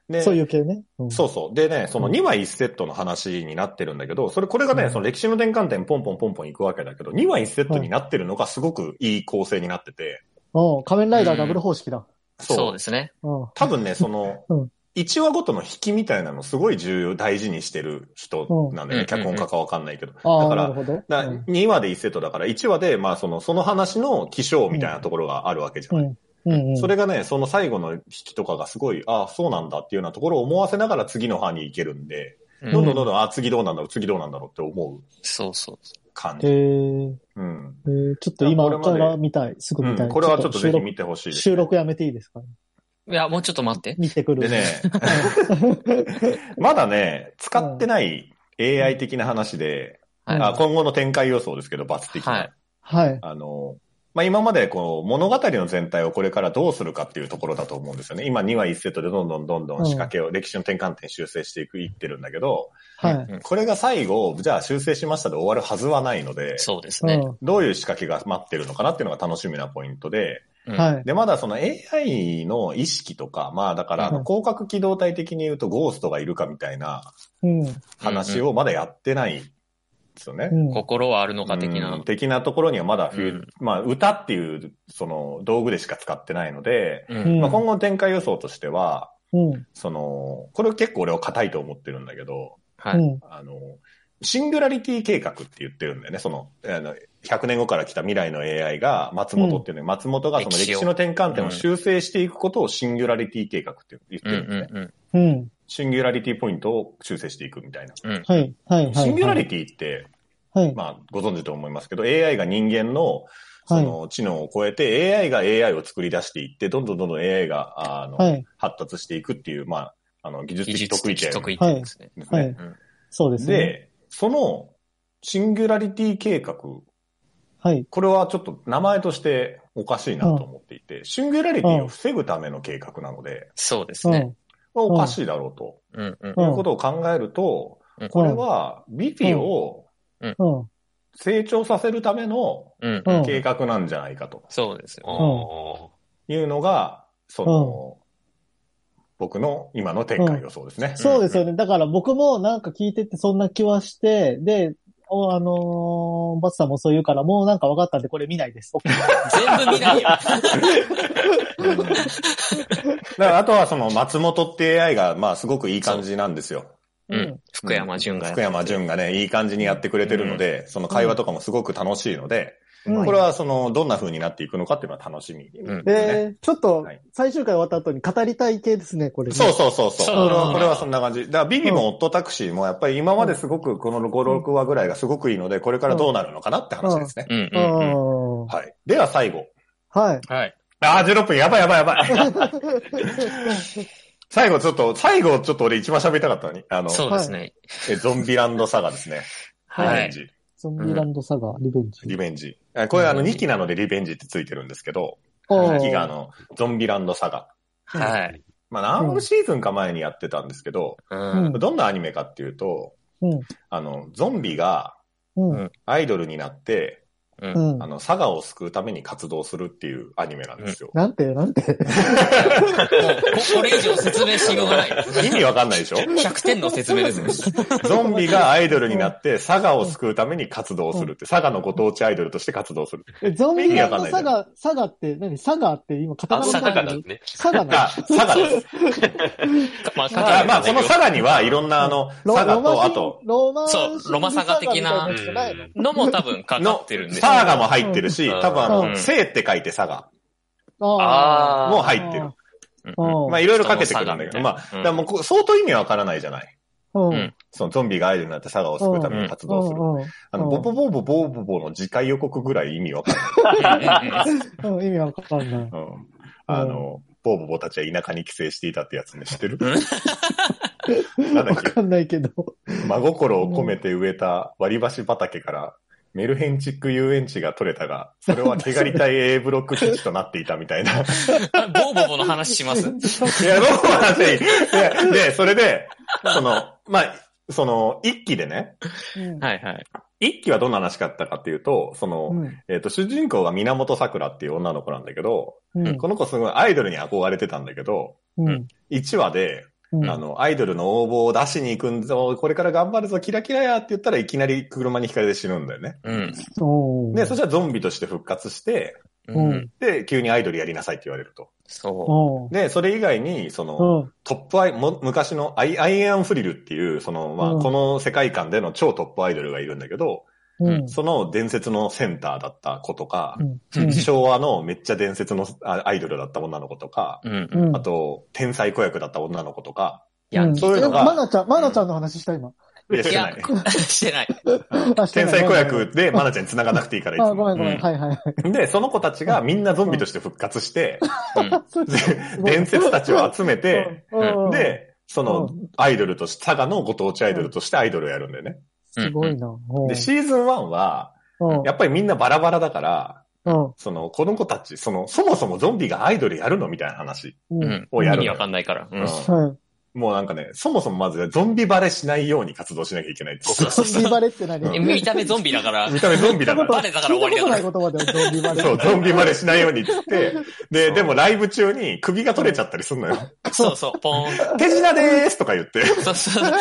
[SPEAKER 4] で
[SPEAKER 2] そういう系ね。うん
[SPEAKER 4] そうそう。でね、その2話1セットの話になってるんだけど、それ、これがね、その歴史の転換点ポンポンポンポンいくわけだけど、2話1セットになってるのがすごくいい構成になってて、
[SPEAKER 2] うん。仮面ライダーダブル方式だ。
[SPEAKER 3] そうですね。
[SPEAKER 2] うん。
[SPEAKER 4] 多分ね、その
[SPEAKER 2] うん、
[SPEAKER 4] 1話ごとの引きみたいなのすごい重要、大事にしてる人なんだ
[SPEAKER 3] う
[SPEAKER 4] よね。
[SPEAKER 3] ん
[SPEAKER 4] 脚本家かわかんないけど。だ
[SPEAKER 2] ああ、
[SPEAKER 4] か
[SPEAKER 2] なる
[SPEAKER 4] ら、
[SPEAKER 2] ほど。
[SPEAKER 4] だ
[SPEAKER 2] うん
[SPEAKER 4] 2話で1セットだから、1話で、まあその、その話の起承みたいなところがあるわけじゃ
[SPEAKER 2] う
[SPEAKER 4] ない。
[SPEAKER 2] ん。うんうん。
[SPEAKER 4] それがね、その最後の引きとかがすごい、ああ、そうなんだっていうようなところを思わせながら次の班に行けるんで、
[SPEAKER 3] うん
[SPEAKER 4] どんどんどんどん、ああ、次どうなんだろう、次どうなんだろうって思う
[SPEAKER 3] そうそう。
[SPEAKER 4] 感
[SPEAKER 2] え
[SPEAKER 4] じ。
[SPEAKER 2] ー、
[SPEAKER 4] うん。
[SPEAKER 2] えーちょっと今
[SPEAKER 4] これま
[SPEAKER 2] か
[SPEAKER 4] で
[SPEAKER 2] ら見たい。すぐ
[SPEAKER 4] う
[SPEAKER 2] 見たい。
[SPEAKER 4] ん、これはちょっとぜ
[SPEAKER 2] 収
[SPEAKER 4] ひ
[SPEAKER 2] 録
[SPEAKER 4] 見てほしいです。
[SPEAKER 2] 収録やめていいですか
[SPEAKER 3] いや、もうちょっと待って。
[SPEAKER 2] 見てくる。
[SPEAKER 4] で ね、まだね、使ってない AI 的な話で、
[SPEAKER 3] はい。
[SPEAKER 4] あ今後の展開予想ですけど、罰的な。
[SPEAKER 3] はい
[SPEAKER 2] はい。
[SPEAKER 4] あの、まあ、今までこう、物語の全体をこれからどうするかっていうところだと思うんですよね。今2話1セットでどんどんどんどん仕掛けを、歴史の転換点修正していく、いってるんだけど、
[SPEAKER 2] はい。
[SPEAKER 4] これが最後、じゃあ修正しましたで終わるはずはないので、
[SPEAKER 3] そうですね。
[SPEAKER 2] う
[SPEAKER 4] どういう仕掛けが待ってるのかなっていうのが楽しみなポイントで、
[SPEAKER 2] ん。はい。
[SPEAKER 4] で、まだその AI の意識とか、まあだからあ
[SPEAKER 2] う
[SPEAKER 4] の
[SPEAKER 2] ん
[SPEAKER 4] 広角機動体的に言うとゴーストがいるかみたいな
[SPEAKER 2] うん。
[SPEAKER 4] 話をまだやってないんですよね。
[SPEAKER 2] うん。
[SPEAKER 3] 心はあるのか的
[SPEAKER 4] う。
[SPEAKER 3] なん
[SPEAKER 4] 的なところにはまだフュー
[SPEAKER 3] うん
[SPEAKER 4] まあ、歌っていう、その、道具でしか使ってないので、
[SPEAKER 3] う
[SPEAKER 2] うん
[SPEAKER 3] ん。
[SPEAKER 4] まあ、今後の展開予想としては、
[SPEAKER 2] うん。
[SPEAKER 4] その、これ結構俺は硬いと思ってるんだけど、
[SPEAKER 3] は
[SPEAKER 2] う
[SPEAKER 3] い。
[SPEAKER 2] ん。
[SPEAKER 4] あの、シングラリティ計画って言ってるんだよね。その、あの、100年後から来た未来の AI が、松本っていうのに、松本がその
[SPEAKER 3] 歴史
[SPEAKER 4] 歴
[SPEAKER 3] を
[SPEAKER 4] 史の転換点を修正していくことをシングラリティ計画って言って
[SPEAKER 3] うん
[SPEAKER 4] るんだよね。
[SPEAKER 3] うんうん。
[SPEAKER 2] うん。
[SPEAKER 4] シンギュラリティポイントを修正していくみたいな。
[SPEAKER 2] はい。はい。はい。
[SPEAKER 4] シンギュラリティって、
[SPEAKER 2] はい。
[SPEAKER 4] まあ、ご存知と思いますけど、AI が人間の、
[SPEAKER 2] は
[SPEAKER 4] そ
[SPEAKER 2] い
[SPEAKER 4] の知能を超えて AI が AI を作り出していって、どんどんどんどん AI が、あの、
[SPEAKER 2] はい。
[SPEAKER 4] 発達していくっていう、まあ、あの、技術
[SPEAKER 3] 技
[SPEAKER 4] 的
[SPEAKER 3] 術
[SPEAKER 4] 得意
[SPEAKER 3] 的
[SPEAKER 4] 点
[SPEAKER 3] 得
[SPEAKER 4] で
[SPEAKER 3] 意点ですね。
[SPEAKER 4] す
[SPEAKER 2] は
[SPEAKER 4] ね
[SPEAKER 2] い。。そうですね。
[SPEAKER 4] で、その、シンギュラリティ計画、
[SPEAKER 2] はい。
[SPEAKER 4] これはちょっと名前としておかしいなと思っていて、シンギュラリティを防ぐための計画なので、
[SPEAKER 3] そうです
[SPEAKER 2] う
[SPEAKER 3] ね。
[SPEAKER 2] ん。
[SPEAKER 4] おかしいだろうと。
[SPEAKER 3] うんうん
[SPEAKER 2] う。ん
[SPEAKER 4] いうことを考えると、
[SPEAKER 3] うん
[SPEAKER 4] これはビビを
[SPEAKER 2] うん。
[SPEAKER 4] 成長させるための
[SPEAKER 3] うん。
[SPEAKER 2] うん。
[SPEAKER 4] 計画なんじゃないかと
[SPEAKER 3] そうですよ。
[SPEAKER 1] あ
[SPEAKER 4] いうのが、その、僕の今の展開予想ですね。
[SPEAKER 2] そうですよね。だから僕もなんか聞いててそんな気はして、で、おあのーバツさんもそう言うから、もうなんか分かったんでこれ見ないです。
[SPEAKER 3] 全部見 ないよ。
[SPEAKER 4] うんだからあとはその松本って AI が、まあすごくいい感じなんですよ。
[SPEAKER 3] うん福山潤がやっ
[SPEAKER 4] 福
[SPEAKER 3] て。
[SPEAKER 4] 山潤がね、いい感じにやってくれてるので、その会話とかもすごく楽しいので、
[SPEAKER 2] うん
[SPEAKER 4] これはその、どんな風になっていくのかっていうのは楽しみ。
[SPEAKER 3] うん
[SPEAKER 4] ね
[SPEAKER 2] で、ちょっと
[SPEAKER 4] はい
[SPEAKER 2] 最終回終わった後に語りたい系ですね、これね。
[SPEAKER 4] そうそうそうそう。
[SPEAKER 3] そう
[SPEAKER 4] これ
[SPEAKER 2] う
[SPEAKER 4] は、
[SPEAKER 2] ん
[SPEAKER 4] これはそんな感じ。だから、ビビもオットタクシーも、やっぱり今まですごく、この5、6話ぐらいがすごくいいので、これからどうなるのかなって話ですね。
[SPEAKER 3] うんうんうん。
[SPEAKER 2] うん。は
[SPEAKER 4] はい。では最後。
[SPEAKER 2] い。
[SPEAKER 3] はい。
[SPEAKER 4] あー、16分、やばいやばいやばい。最後ちょっと、最後ちょっと俺一番喋りたかったのに、あの、
[SPEAKER 3] そうですね。
[SPEAKER 4] えゾンビランドサガですね。リ
[SPEAKER 3] は
[SPEAKER 4] ベン
[SPEAKER 3] い。
[SPEAKER 4] ジ。
[SPEAKER 2] ゾンビランドサガ、リベンジ。
[SPEAKER 4] リベンジ。えこれあの
[SPEAKER 3] うん
[SPEAKER 4] 2期なのでリベンジってついてるんですけど、
[SPEAKER 2] お
[SPEAKER 4] 2
[SPEAKER 2] ー
[SPEAKER 4] 期があの、ゾンビランドサガ。
[SPEAKER 3] はい。
[SPEAKER 4] まあ何シーズンか前にやってたんですけど、
[SPEAKER 3] うん。
[SPEAKER 4] どんなアニメかっていうと、
[SPEAKER 2] うん
[SPEAKER 4] あの、ゾンビが
[SPEAKER 2] うん。
[SPEAKER 4] アイドルになって、
[SPEAKER 3] うん
[SPEAKER 2] うん
[SPEAKER 4] あ。の、佐賀を救うために活動するっていうアニメなんですよ。
[SPEAKER 2] なんて、なんて。
[SPEAKER 3] もうこ、これ以上説明しようがない。
[SPEAKER 4] 意味わかんないでしょ
[SPEAKER 3] 100点の説明ですね。
[SPEAKER 4] ゾンビがアイドルになって、佐賀を救うために活動するって、佐賀のご当地アイドルとして活動する。
[SPEAKER 2] えゾンビランド
[SPEAKER 4] 意味
[SPEAKER 2] サ
[SPEAKER 4] わかんな
[SPEAKER 2] ガ、サガって何、サガって今、カタ
[SPEAKER 1] あ、
[SPEAKER 2] カナ
[SPEAKER 1] サ
[SPEAKER 2] で書
[SPEAKER 1] ガ
[SPEAKER 2] いて
[SPEAKER 1] な
[SPEAKER 2] あ
[SPEAKER 1] ん
[SPEAKER 2] る
[SPEAKER 1] です
[SPEAKER 2] サガ
[SPEAKER 4] が、
[SPEAKER 2] な
[SPEAKER 4] 佐賀です。
[SPEAKER 3] まあ、か
[SPEAKER 4] まあ、
[SPEAKER 3] け
[SPEAKER 4] まあこの佐賀にはいろんなあの、
[SPEAKER 2] の
[SPEAKER 4] 佐賀と、あ
[SPEAKER 2] ロ
[SPEAKER 4] と、
[SPEAKER 2] ロマン
[SPEAKER 3] そう
[SPEAKER 2] シング
[SPEAKER 3] ロマサガ的な
[SPEAKER 2] サガみたいやつじゃいの
[SPEAKER 1] ね。
[SPEAKER 3] のも多分かかってるんで。
[SPEAKER 4] サーガも入ってるし、
[SPEAKER 1] うん
[SPEAKER 4] 多分あ
[SPEAKER 2] う
[SPEAKER 4] の、
[SPEAKER 3] ん
[SPEAKER 4] 生って書いてサガ
[SPEAKER 2] あ
[SPEAKER 1] あ
[SPEAKER 4] も
[SPEAKER 1] あ。
[SPEAKER 4] 入ってる。
[SPEAKER 3] うん
[SPEAKER 2] ー
[SPEAKER 4] まあいろいろかけてくるんだけど、
[SPEAKER 3] うん
[SPEAKER 4] まあ、だからもうこう相当意味わからないじゃない。
[SPEAKER 2] うん。
[SPEAKER 3] うん
[SPEAKER 4] そのゾンビがアイドルになってサガを救うために活動する。
[SPEAKER 2] うん
[SPEAKER 4] あの、
[SPEAKER 2] う
[SPEAKER 4] ボ
[SPEAKER 2] ん
[SPEAKER 4] ボボボボボボの次回予告ぐらい意味わかんない。
[SPEAKER 2] うんうん意味わかんない。
[SPEAKER 4] うんあの、ボボボたちは田舎に帰省していたってやつね、知ってる なんだ
[SPEAKER 2] わ
[SPEAKER 4] っけ
[SPEAKER 2] かんないけど。
[SPEAKER 4] 真心を込めて植えた割り箸畑から、メルヘンチック遊園地が取れたが、それは手狩り隊 A ブロック基地となっていたみたいな。
[SPEAKER 3] ボーボボの話します。
[SPEAKER 4] いや、僕も話いい。で、でそれで、その、まあ、その、一期でね、
[SPEAKER 2] うん
[SPEAKER 3] はいはい。
[SPEAKER 4] 一期はどんな話だったかっていうと、その、
[SPEAKER 2] うん
[SPEAKER 4] えっ、と、主人公が源桜っていう女の子なんだけど、
[SPEAKER 2] うん
[SPEAKER 4] この子すごいアイドルに憧れてたんだけど、
[SPEAKER 2] うん
[SPEAKER 4] 1話で、
[SPEAKER 2] うん
[SPEAKER 4] あの、アイドルの応募を出しに行くんぞ、これから頑張るぞ、キラキラやって言ったらいきなり車にひかれて死ぬんだよね。
[SPEAKER 3] うん。
[SPEAKER 2] おー
[SPEAKER 4] で、そしたらゾンビとして復活して、
[SPEAKER 2] う
[SPEAKER 3] うんん。
[SPEAKER 4] で、急にアイドルやりなさいって言われると。
[SPEAKER 3] そ
[SPEAKER 2] おー
[SPEAKER 4] で、それ以外に、その、
[SPEAKER 2] うん
[SPEAKER 4] トップアイ、も昔のアイアイアンフリルっていう、その、まあ、
[SPEAKER 2] うん
[SPEAKER 4] この世界観での超トップアイドルがいるんだけど、
[SPEAKER 2] うん
[SPEAKER 4] その伝説のセンターだった子とか
[SPEAKER 2] う、んうん
[SPEAKER 4] 昭和のめっちゃ伝説のあアイドルだった女の子とか、
[SPEAKER 3] う。うん。
[SPEAKER 2] う
[SPEAKER 3] うん
[SPEAKER 2] ん
[SPEAKER 4] あと、天才子役だった女の子とか、
[SPEAKER 3] ヤンキー
[SPEAKER 4] そういうのが
[SPEAKER 2] マナちゃん、マナちゃんの話した今。
[SPEAKER 4] いや、し
[SPEAKER 3] い
[SPEAKER 4] て
[SPEAKER 3] や
[SPEAKER 4] ない。、
[SPEAKER 3] してない。
[SPEAKER 2] あして
[SPEAKER 4] 天
[SPEAKER 2] ない
[SPEAKER 4] 才子役でマナちゃんに繋がなくていいから、い
[SPEAKER 2] あ、
[SPEAKER 4] つ
[SPEAKER 2] ごめんご
[SPEAKER 4] も。
[SPEAKER 2] めん。
[SPEAKER 3] うん
[SPEAKER 2] はい はいはい。
[SPEAKER 4] で、その子たちがみんなゾンビとして復活して、
[SPEAKER 3] うん
[SPEAKER 2] そうです
[SPEAKER 4] で伝説たちを集めて、
[SPEAKER 2] うんうん
[SPEAKER 4] で、そうの、アイドルとして、佐賀のご当地アイドルとしてアイドルをやるんだよね。
[SPEAKER 2] すごいな。おー
[SPEAKER 4] で、シーズン1は、
[SPEAKER 2] うん
[SPEAKER 4] やっぱりみんなバラバラだから、
[SPEAKER 2] うん
[SPEAKER 4] その、子の子たち、その、そもそもゾンビがアイドルやるのみたいな話。
[SPEAKER 2] う。
[SPEAKER 3] うんん。
[SPEAKER 4] をやる
[SPEAKER 3] 意味わかんないから。うん。
[SPEAKER 2] はい。
[SPEAKER 4] もうなんかね、そもそもまずゾンビバレしないように活動しなきゃいけないって。
[SPEAKER 2] ゾンビバレって何
[SPEAKER 4] うん
[SPEAKER 3] え見た目ゾンビだから。
[SPEAKER 4] 見た目ゾンビだから。
[SPEAKER 3] バレたから終わりだから
[SPEAKER 2] 聞いたことない言葉だよ、ゾンビバレ。
[SPEAKER 4] そう、ゾンビバレしないようにっつって、で、でもライブ中に首が取れちゃったりすんのよ。
[SPEAKER 3] そうそう、ポー
[SPEAKER 4] 手品でーすとか言って。
[SPEAKER 3] ン。そうそう。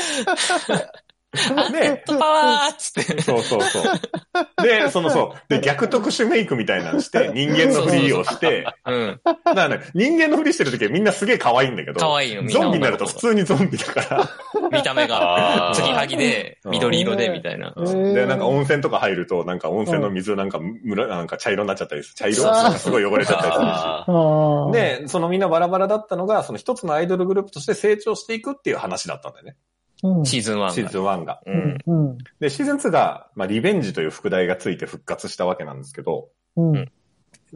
[SPEAKER 4] で、
[SPEAKER 3] パワーっつって。
[SPEAKER 4] そうそうそう。で、そのそう。で、逆特殊メイクみたいなのして、人間のふりをして、
[SPEAKER 3] うん。
[SPEAKER 4] だからね、人間のふりしてる時はみんなすげえ可愛いんだけど、
[SPEAKER 3] 可愛いよ、みんな。
[SPEAKER 4] ゾンビになると普通にゾンビだから。
[SPEAKER 3] 見た目が
[SPEAKER 1] あ、ー
[SPEAKER 3] 継ぎはぎで、
[SPEAKER 4] うん
[SPEAKER 3] 緑色で、みたいな。
[SPEAKER 2] へー
[SPEAKER 4] で、なんか温泉とか入ると、なんか温泉の水なんか、むら、なんか茶色になっちゃったりする。茶色なんかすごい汚れちゃった りするし。
[SPEAKER 1] あ
[SPEAKER 2] ああ。、
[SPEAKER 4] で、そのみんなバラバラだったのが、その一つのアイドルグループとして成長していくっていう話だったんだよね。
[SPEAKER 2] うん。
[SPEAKER 3] シーズン1が。
[SPEAKER 4] シーズン1が。
[SPEAKER 3] う
[SPEAKER 2] うんん。。うん
[SPEAKER 4] で、シーズン2が、まあ、リベンジという副題がついて復活したわけなんですけど、
[SPEAKER 2] うん。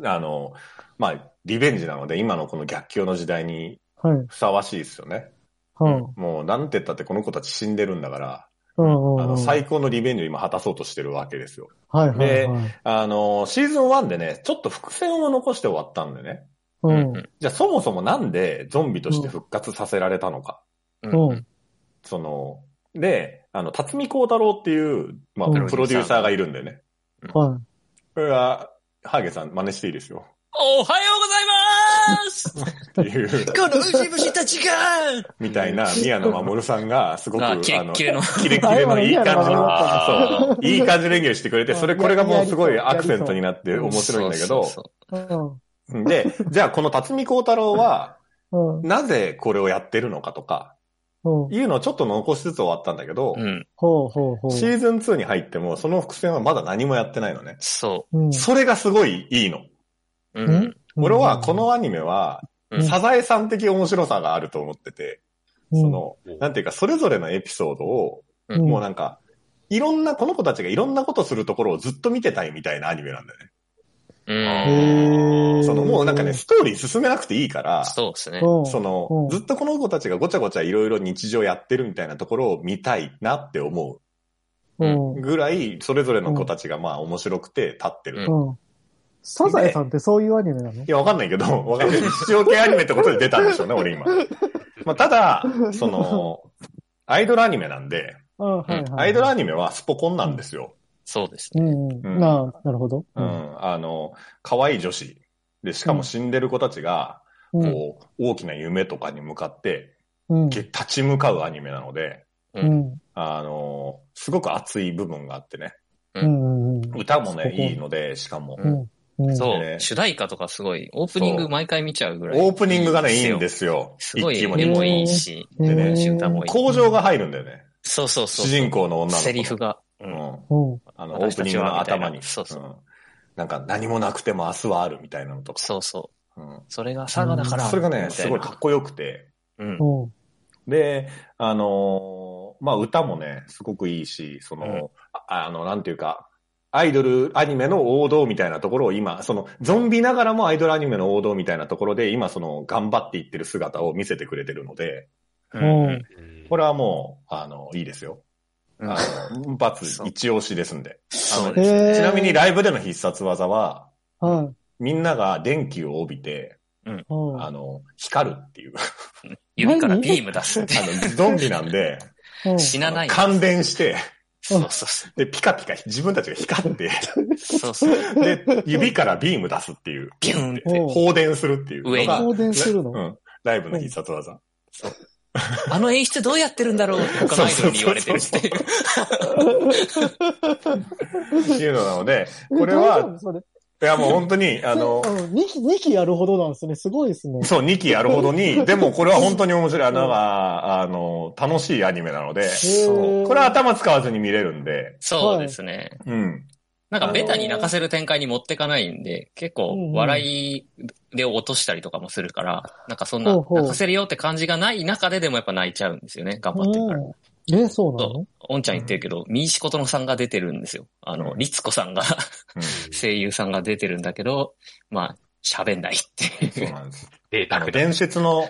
[SPEAKER 4] あの、まあ、リベンジなので、今のこの逆境の時代に
[SPEAKER 2] はい。
[SPEAKER 4] ふさわしいですよね。
[SPEAKER 2] うん。
[SPEAKER 4] もう、なんて言ったってこの子たち死んでるんだから、
[SPEAKER 2] うん。
[SPEAKER 4] あの、
[SPEAKER 2] はい
[SPEAKER 4] 最高のリベンジを今果たそうとしてるわけですよ。
[SPEAKER 2] はいはい。
[SPEAKER 4] であの、シーズン1でね、ちょっと伏線を残して終わったんでね。
[SPEAKER 2] う。
[SPEAKER 3] うんん。
[SPEAKER 4] じゃあ、そもそもなんでゾンビとして復活させられたのか。
[SPEAKER 3] うん
[SPEAKER 2] うん。
[SPEAKER 4] その、で、あの、辰巳孝太郎っていう、まあ、
[SPEAKER 2] うん
[SPEAKER 4] プロデューサーがいるんだよね。
[SPEAKER 2] はい。
[SPEAKER 4] これは、ハーゲさん真似していいですよ。
[SPEAKER 3] おはようございまます
[SPEAKER 4] て いう、
[SPEAKER 3] このウジ虫たちが
[SPEAKER 4] みたいな宮野真守さんが、すごく、あ
[SPEAKER 3] あ
[SPEAKER 4] の、
[SPEAKER 3] キレッキレの
[SPEAKER 4] キレッキレのいい感 じの
[SPEAKER 2] あ今の宮野真守だった
[SPEAKER 4] そういい感じの演技をしてくれて、それ、これがもうすごいアクセントになって面白いんだけど
[SPEAKER 3] そう、そう
[SPEAKER 2] うん。
[SPEAKER 4] で、じゃあこの辰巳孝太郎は、
[SPEAKER 2] うん。
[SPEAKER 4] なぜこれをやってるのかとか、
[SPEAKER 2] うん。
[SPEAKER 4] いうのをちょっと残しつつ終わったんだけど
[SPEAKER 3] そう、うん。
[SPEAKER 2] ほうほうほう。
[SPEAKER 4] シーズン2に入っても、その伏線はまだ何もやってないのね。
[SPEAKER 3] そ
[SPEAKER 2] うん
[SPEAKER 4] それがすごいいいの。
[SPEAKER 3] う。うん。
[SPEAKER 4] 俺はこ、のアニメは
[SPEAKER 3] う、ん
[SPEAKER 4] サザエさん的面白さがあると思ってて、
[SPEAKER 2] うん
[SPEAKER 4] そ、の
[SPEAKER 1] うん、
[SPEAKER 4] なんていうか、それぞれのエピソードを、
[SPEAKER 2] ん
[SPEAKER 4] もうなんか、いろんな、この子たちがいろんなことするところをずっと見てたいみたいなアニメなんだよね。
[SPEAKER 3] う
[SPEAKER 2] へ
[SPEAKER 3] ん。
[SPEAKER 2] ー
[SPEAKER 4] その、もうなんかね、ストーリー進めなくていいから、
[SPEAKER 3] そうですね。
[SPEAKER 2] うん
[SPEAKER 4] そ
[SPEAKER 2] うん
[SPEAKER 4] の、ずっとこの子たちがごちゃごちゃいろいろ日常やってるみたいなところを見たいなって思
[SPEAKER 2] うん
[SPEAKER 4] う。ぐらい、それぞれの子たちがまあ面白くて立って
[SPEAKER 3] う
[SPEAKER 4] る。い
[SPEAKER 2] うん。サザエさんってそういうアニメなの
[SPEAKER 4] や、わかんないけど、わかんない。日常系アニメってことで出たんでしょ うね、俺今。まあ、ただ、その、アイドルアニメなんで、
[SPEAKER 2] うん、はいはい。
[SPEAKER 4] アイドルアニメはスポコンなんですよ。
[SPEAKER 3] そうです
[SPEAKER 2] う
[SPEAKER 3] ね。
[SPEAKER 2] ん、うん
[SPEAKER 4] うん
[SPEAKER 2] なあ、なるほど。
[SPEAKER 4] う。ん。あの、可愛い女子。で、しかも死んでる子たちが、
[SPEAKER 2] うん。
[SPEAKER 4] こう、大きな夢とかに向かって、
[SPEAKER 2] うん。
[SPEAKER 4] 立ち向かうアニメなので、
[SPEAKER 2] うん。
[SPEAKER 4] あの、すごく熱い部分があってね。
[SPEAKER 2] うん。
[SPEAKER 4] 歌もね、
[SPEAKER 2] そこ
[SPEAKER 4] いいので、しかも。
[SPEAKER 3] うん
[SPEAKER 2] うん。
[SPEAKER 3] そう、
[SPEAKER 4] ね
[SPEAKER 3] 主題歌とかすごい、オープニング毎回見ちゃうぐらい。
[SPEAKER 4] オープニングがね、いいんですすよ。
[SPEAKER 3] すごい、
[SPEAKER 4] 一期も
[SPEAKER 3] 絵
[SPEAKER 4] 二期
[SPEAKER 3] も
[SPEAKER 4] も。
[SPEAKER 3] いいし。
[SPEAKER 2] うん。
[SPEAKER 4] でね
[SPEAKER 2] うん
[SPEAKER 3] 歌もいい
[SPEAKER 4] 工場が入るんだよね。
[SPEAKER 3] そうそうそ
[SPEAKER 4] 主
[SPEAKER 3] う。
[SPEAKER 4] 人公の女の子。
[SPEAKER 3] セリフが。
[SPEAKER 4] う。
[SPEAKER 3] うんん。
[SPEAKER 2] うん。
[SPEAKER 4] あの、オープニングの頭に。
[SPEAKER 3] 私たちはみたいなそうそうん
[SPEAKER 4] なんか、何もなくても明日はあるみたいなのとか。
[SPEAKER 3] そうそう。
[SPEAKER 4] うん
[SPEAKER 3] それが佐賀だから。
[SPEAKER 4] それがね、
[SPEAKER 3] みた
[SPEAKER 4] す
[SPEAKER 3] な
[SPEAKER 4] ごいかっこよくて。
[SPEAKER 3] うん。
[SPEAKER 2] うん。
[SPEAKER 4] で、あのーまあ、歌もね、すごくいいし、その、
[SPEAKER 3] うん
[SPEAKER 4] ああの、なんていうか、アイドルアニメの王道みたいなところを今、その、ゾンビながらもアイドルアニメの王道みたいなところで、今その、頑張っていってる姿を見せてくれてるので、
[SPEAKER 3] う
[SPEAKER 2] う
[SPEAKER 3] ん
[SPEAKER 2] ん
[SPEAKER 1] うん
[SPEAKER 4] これはもう、あの、いいですよ。
[SPEAKER 3] うん
[SPEAKER 4] あの、 バツ
[SPEAKER 3] そう
[SPEAKER 4] 一押しですんで。
[SPEAKER 3] そう
[SPEAKER 2] へ
[SPEAKER 3] です。
[SPEAKER 2] ー
[SPEAKER 4] ちなみに、ライブでの必殺技は、
[SPEAKER 2] はい。
[SPEAKER 4] みんなが電気を帯びて、
[SPEAKER 2] うん
[SPEAKER 4] あの、光るっていう。
[SPEAKER 3] 指からビーム出すって。
[SPEAKER 4] あの、ゾンビなんで、
[SPEAKER 2] うん
[SPEAKER 3] 死なない。
[SPEAKER 4] 感電して、
[SPEAKER 3] そうそうそ
[SPEAKER 4] で、ピカピカ、自分たちが光って、
[SPEAKER 3] う。そう そう。
[SPEAKER 4] で、指からビーム出すっていう。
[SPEAKER 3] ビューンって。
[SPEAKER 2] おう
[SPEAKER 4] 放電するっていうのが。
[SPEAKER 2] 放電するの
[SPEAKER 4] うん。ライブの必殺技。
[SPEAKER 3] あの演出どうやってるんだろうって他のアイドルに言われてるっていう。
[SPEAKER 4] っていうのなので、これは、、
[SPEAKER 2] それ
[SPEAKER 4] いやもう本当に、あ
[SPEAKER 2] う、
[SPEAKER 4] の
[SPEAKER 2] ん、2期、二期やるほどなんですね。すごいですね。
[SPEAKER 4] そう、2期やるほどに、でもこれは本当に面白い。あの、ああの、楽しいアニメなので、
[SPEAKER 2] そう
[SPEAKER 4] これは頭使わずに見れるんで、
[SPEAKER 3] そうですね。
[SPEAKER 4] うん。
[SPEAKER 3] なんかベタに泣かせる展開に持ってかないんで、結構笑いで落としたりとかもするから、なんかそんな
[SPEAKER 2] ほうほう
[SPEAKER 3] 泣かせるよって感じがない中ででもやっぱ泣いちゃうんですよね、頑張ってるから。
[SPEAKER 2] うん。え、そうなの
[SPEAKER 3] そおんちゃん言ってるけど、民子とのさんが出てるんですよ。あの、律子さんが、 声優さんが出てるんだけど、まあ、喋んないって
[SPEAKER 4] そ
[SPEAKER 3] いうう、っ
[SPEAKER 4] なんです。
[SPEAKER 1] 贅
[SPEAKER 4] あ
[SPEAKER 1] 沢
[SPEAKER 4] の、
[SPEAKER 1] だ。
[SPEAKER 4] 伝説の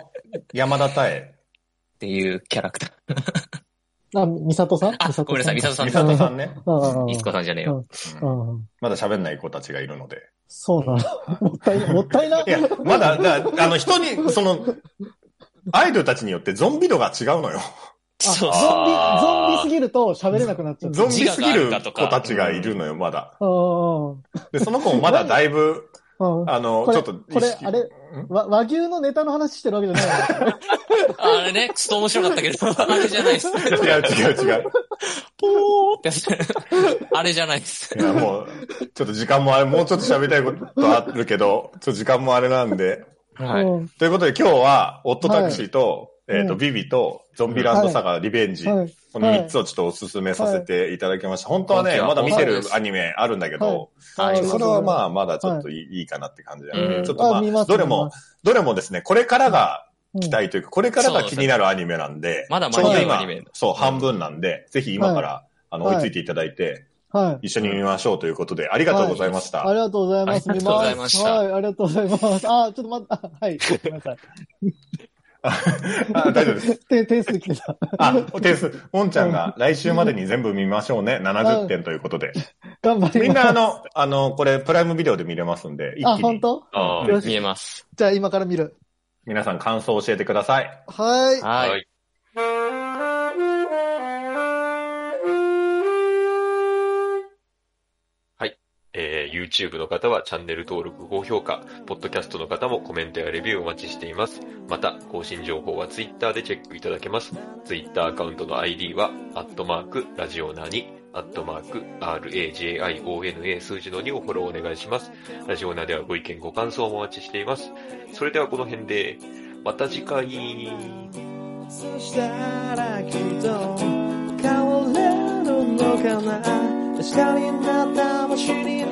[SPEAKER 4] 山田太 江。
[SPEAKER 3] ていうキャラクター。
[SPEAKER 2] あ、ミサトさん
[SPEAKER 3] あ、ごめんなさい、美里さん
[SPEAKER 4] 美
[SPEAKER 3] だ。
[SPEAKER 4] 里さんね。
[SPEAKER 2] ああ
[SPEAKER 3] 律子さんじゃねえよ。
[SPEAKER 4] う
[SPEAKER 2] うんん。
[SPEAKER 4] まだ喋んない子たちがいるので。
[SPEAKER 2] そうなの。もったい な、もったいな。
[SPEAKER 4] いや、まだ、だあの、人に、その、アイドルたちによってゾンビ度が違う のよ。
[SPEAKER 2] あ
[SPEAKER 3] そう
[SPEAKER 1] あ
[SPEAKER 3] そう。
[SPEAKER 2] ゾンビ、ゾンビすぎると喋れなくなっちゃう。
[SPEAKER 4] ゾンビすぎる
[SPEAKER 3] 自我があるかとか
[SPEAKER 4] 子たちがいるのよ、まだ。
[SPEAKER 2] う
[SPEAKER 4] で、その子もまだだ いぶ、
[SPEAKER 2] ん。うん。
[SPEAKER 4] あの、
[SPEAKER 2] こ
[SPEAKER 4] ち
[SPEAKER 2] れ
[SPEAKER 4] ょっと
[SPEAKER 2] これあれ
[SPEAKER 4] ん
[SPEAKER 2] わ和牛のネタの話してるわけじゃないの
[SPEAKER 3] あれね、ちょっと面白かったけど、あれじゃないです。
[SPEAKER 4] 違う違う違う。
[SPEAKER 3] ポーってやつ。 あれじゃないです
[SPEAKER 4] い。や、もう、ちょっと時間もあれ、もうちょっと喋りたいことあるけど、ちょっと時間もあれなんで。
[SPEAKER 3] はい。
[SPEAKER 2] うん
[SPEAKER 4] ということで今日は、オットタクシーと、
[SPEAKER 2] はい
[SPEAKER 4] えっ、と、
[SPEAKER 2] うん
[SPEAKER 4] ビビと、ゾンビランドサガ、リベンジ、
[SPEAKER 2] はい。
[SPEAKER 4] この3つをちょっとお勧めさせていただきました。本当はね、
[SPEAKER 3] 今
[SPEAKER 4] ま
[SPEAKER 3] 期
[SPEAKER 4] だ
[SPEAKER 3] は
[SPEAKER 4] 見てるアニメあるんだけど、
[SPEAKER 3] はい
[SPEAKER 4] それは
[SPEAKER 2] あ
[SPEAKER 4] まあ、まだちょっといい,、い、いかなって感じなので、
[SPEAKER 3] うん
[SPEAKER 4] ちょっとまあ、
[SPEAKER 2] 見ます
[SPEAKER 4] どれも、、どれもですね、これからが
[SPEAKER 2] 見
[SPEAKER 4] 期
[SPEAKER 2] ます
[SPEAKER 4] 待というか、これからが気になるアニメなんで、
[SPEAKER 3] まだ
[SPEAKER 4] ちょ
[SPEAKER 3] 間
[SPEAKER 4] う
[SPEAKER 3] に
[SPEAKER 4] ど
[SPEAKER 3] 合うア
[SPEAKER 4] 今
[SPEAKER 3] ニメ、。
[SPEAKER 4] そう、半分なんで、ぜひ今から、あの、
[SPEAKER 2] はい
[SPEAKER 4] 追いついていただいて、
[SPEAKER 2] うんはい。
[SPEAKER 4] 一緒に見ましょうということで、ありがとうございまし
[SPEAKER 2] あ
[SPEAKER 4] た。
[SPEAKER 2] りがとうございます。
[SPEAKER 3] はい
[SPEAKER 2] 見ま
[SPEAKER 3] あ
[SPEAKER 2] す
[SPEAKER 3] りがとうございました
[SPEAKER 2] はい、ありがとうございます。あ、ちょっと待って、あはい、ごめんなさい。
[SPEAKER 4] あ大丈夫 です。
[SPEAKER 2] て点数来てた。
[SPEAKER 4] あ、点数、おんちゃんが来週までに全部見ましょうね。70点ということで。
[SPEAKER 2] 頑張ります。
[SPEAKER 4] みんなあ、の、あの、これ、プライムビデオで見れますんで、一
[SPEAKER 2] あ、
[SPEAKER 4] 気
[SPEAKER 2] 本
[SPEAKER 4] に。
[SPEAKER 2] 当？
[SPEAKER 1] あ
[SPEAKER 2] よし
[SPEAKER 3] 見えます。
[SPEAKER 2] じゃあ今から見る。
[SPEAKER 4] 皆さん感想を教えてください。
[SPEAKER 2] はい。
[SPEAKER 1] あ。
[SPEAKER 3] はい。。
[SPEAKER 1] はい。えー、 YouTube の方はチャンネル登録、高評価、ポッドキャストの方もコメントやレビューお待ちしています。また、更新情報は Twitter でチェックいただけます。Twitter アカウントの ID は、アットマーク、ラジオナに、アットマーク、RAJIONA 数字の2をフォローお願いします。ラジオナではご意見、ご感想もお待ちしています。それではこの辺で、また次回。
[SPEAKER 2] そしたらきっと変われるのかな明日になったも知り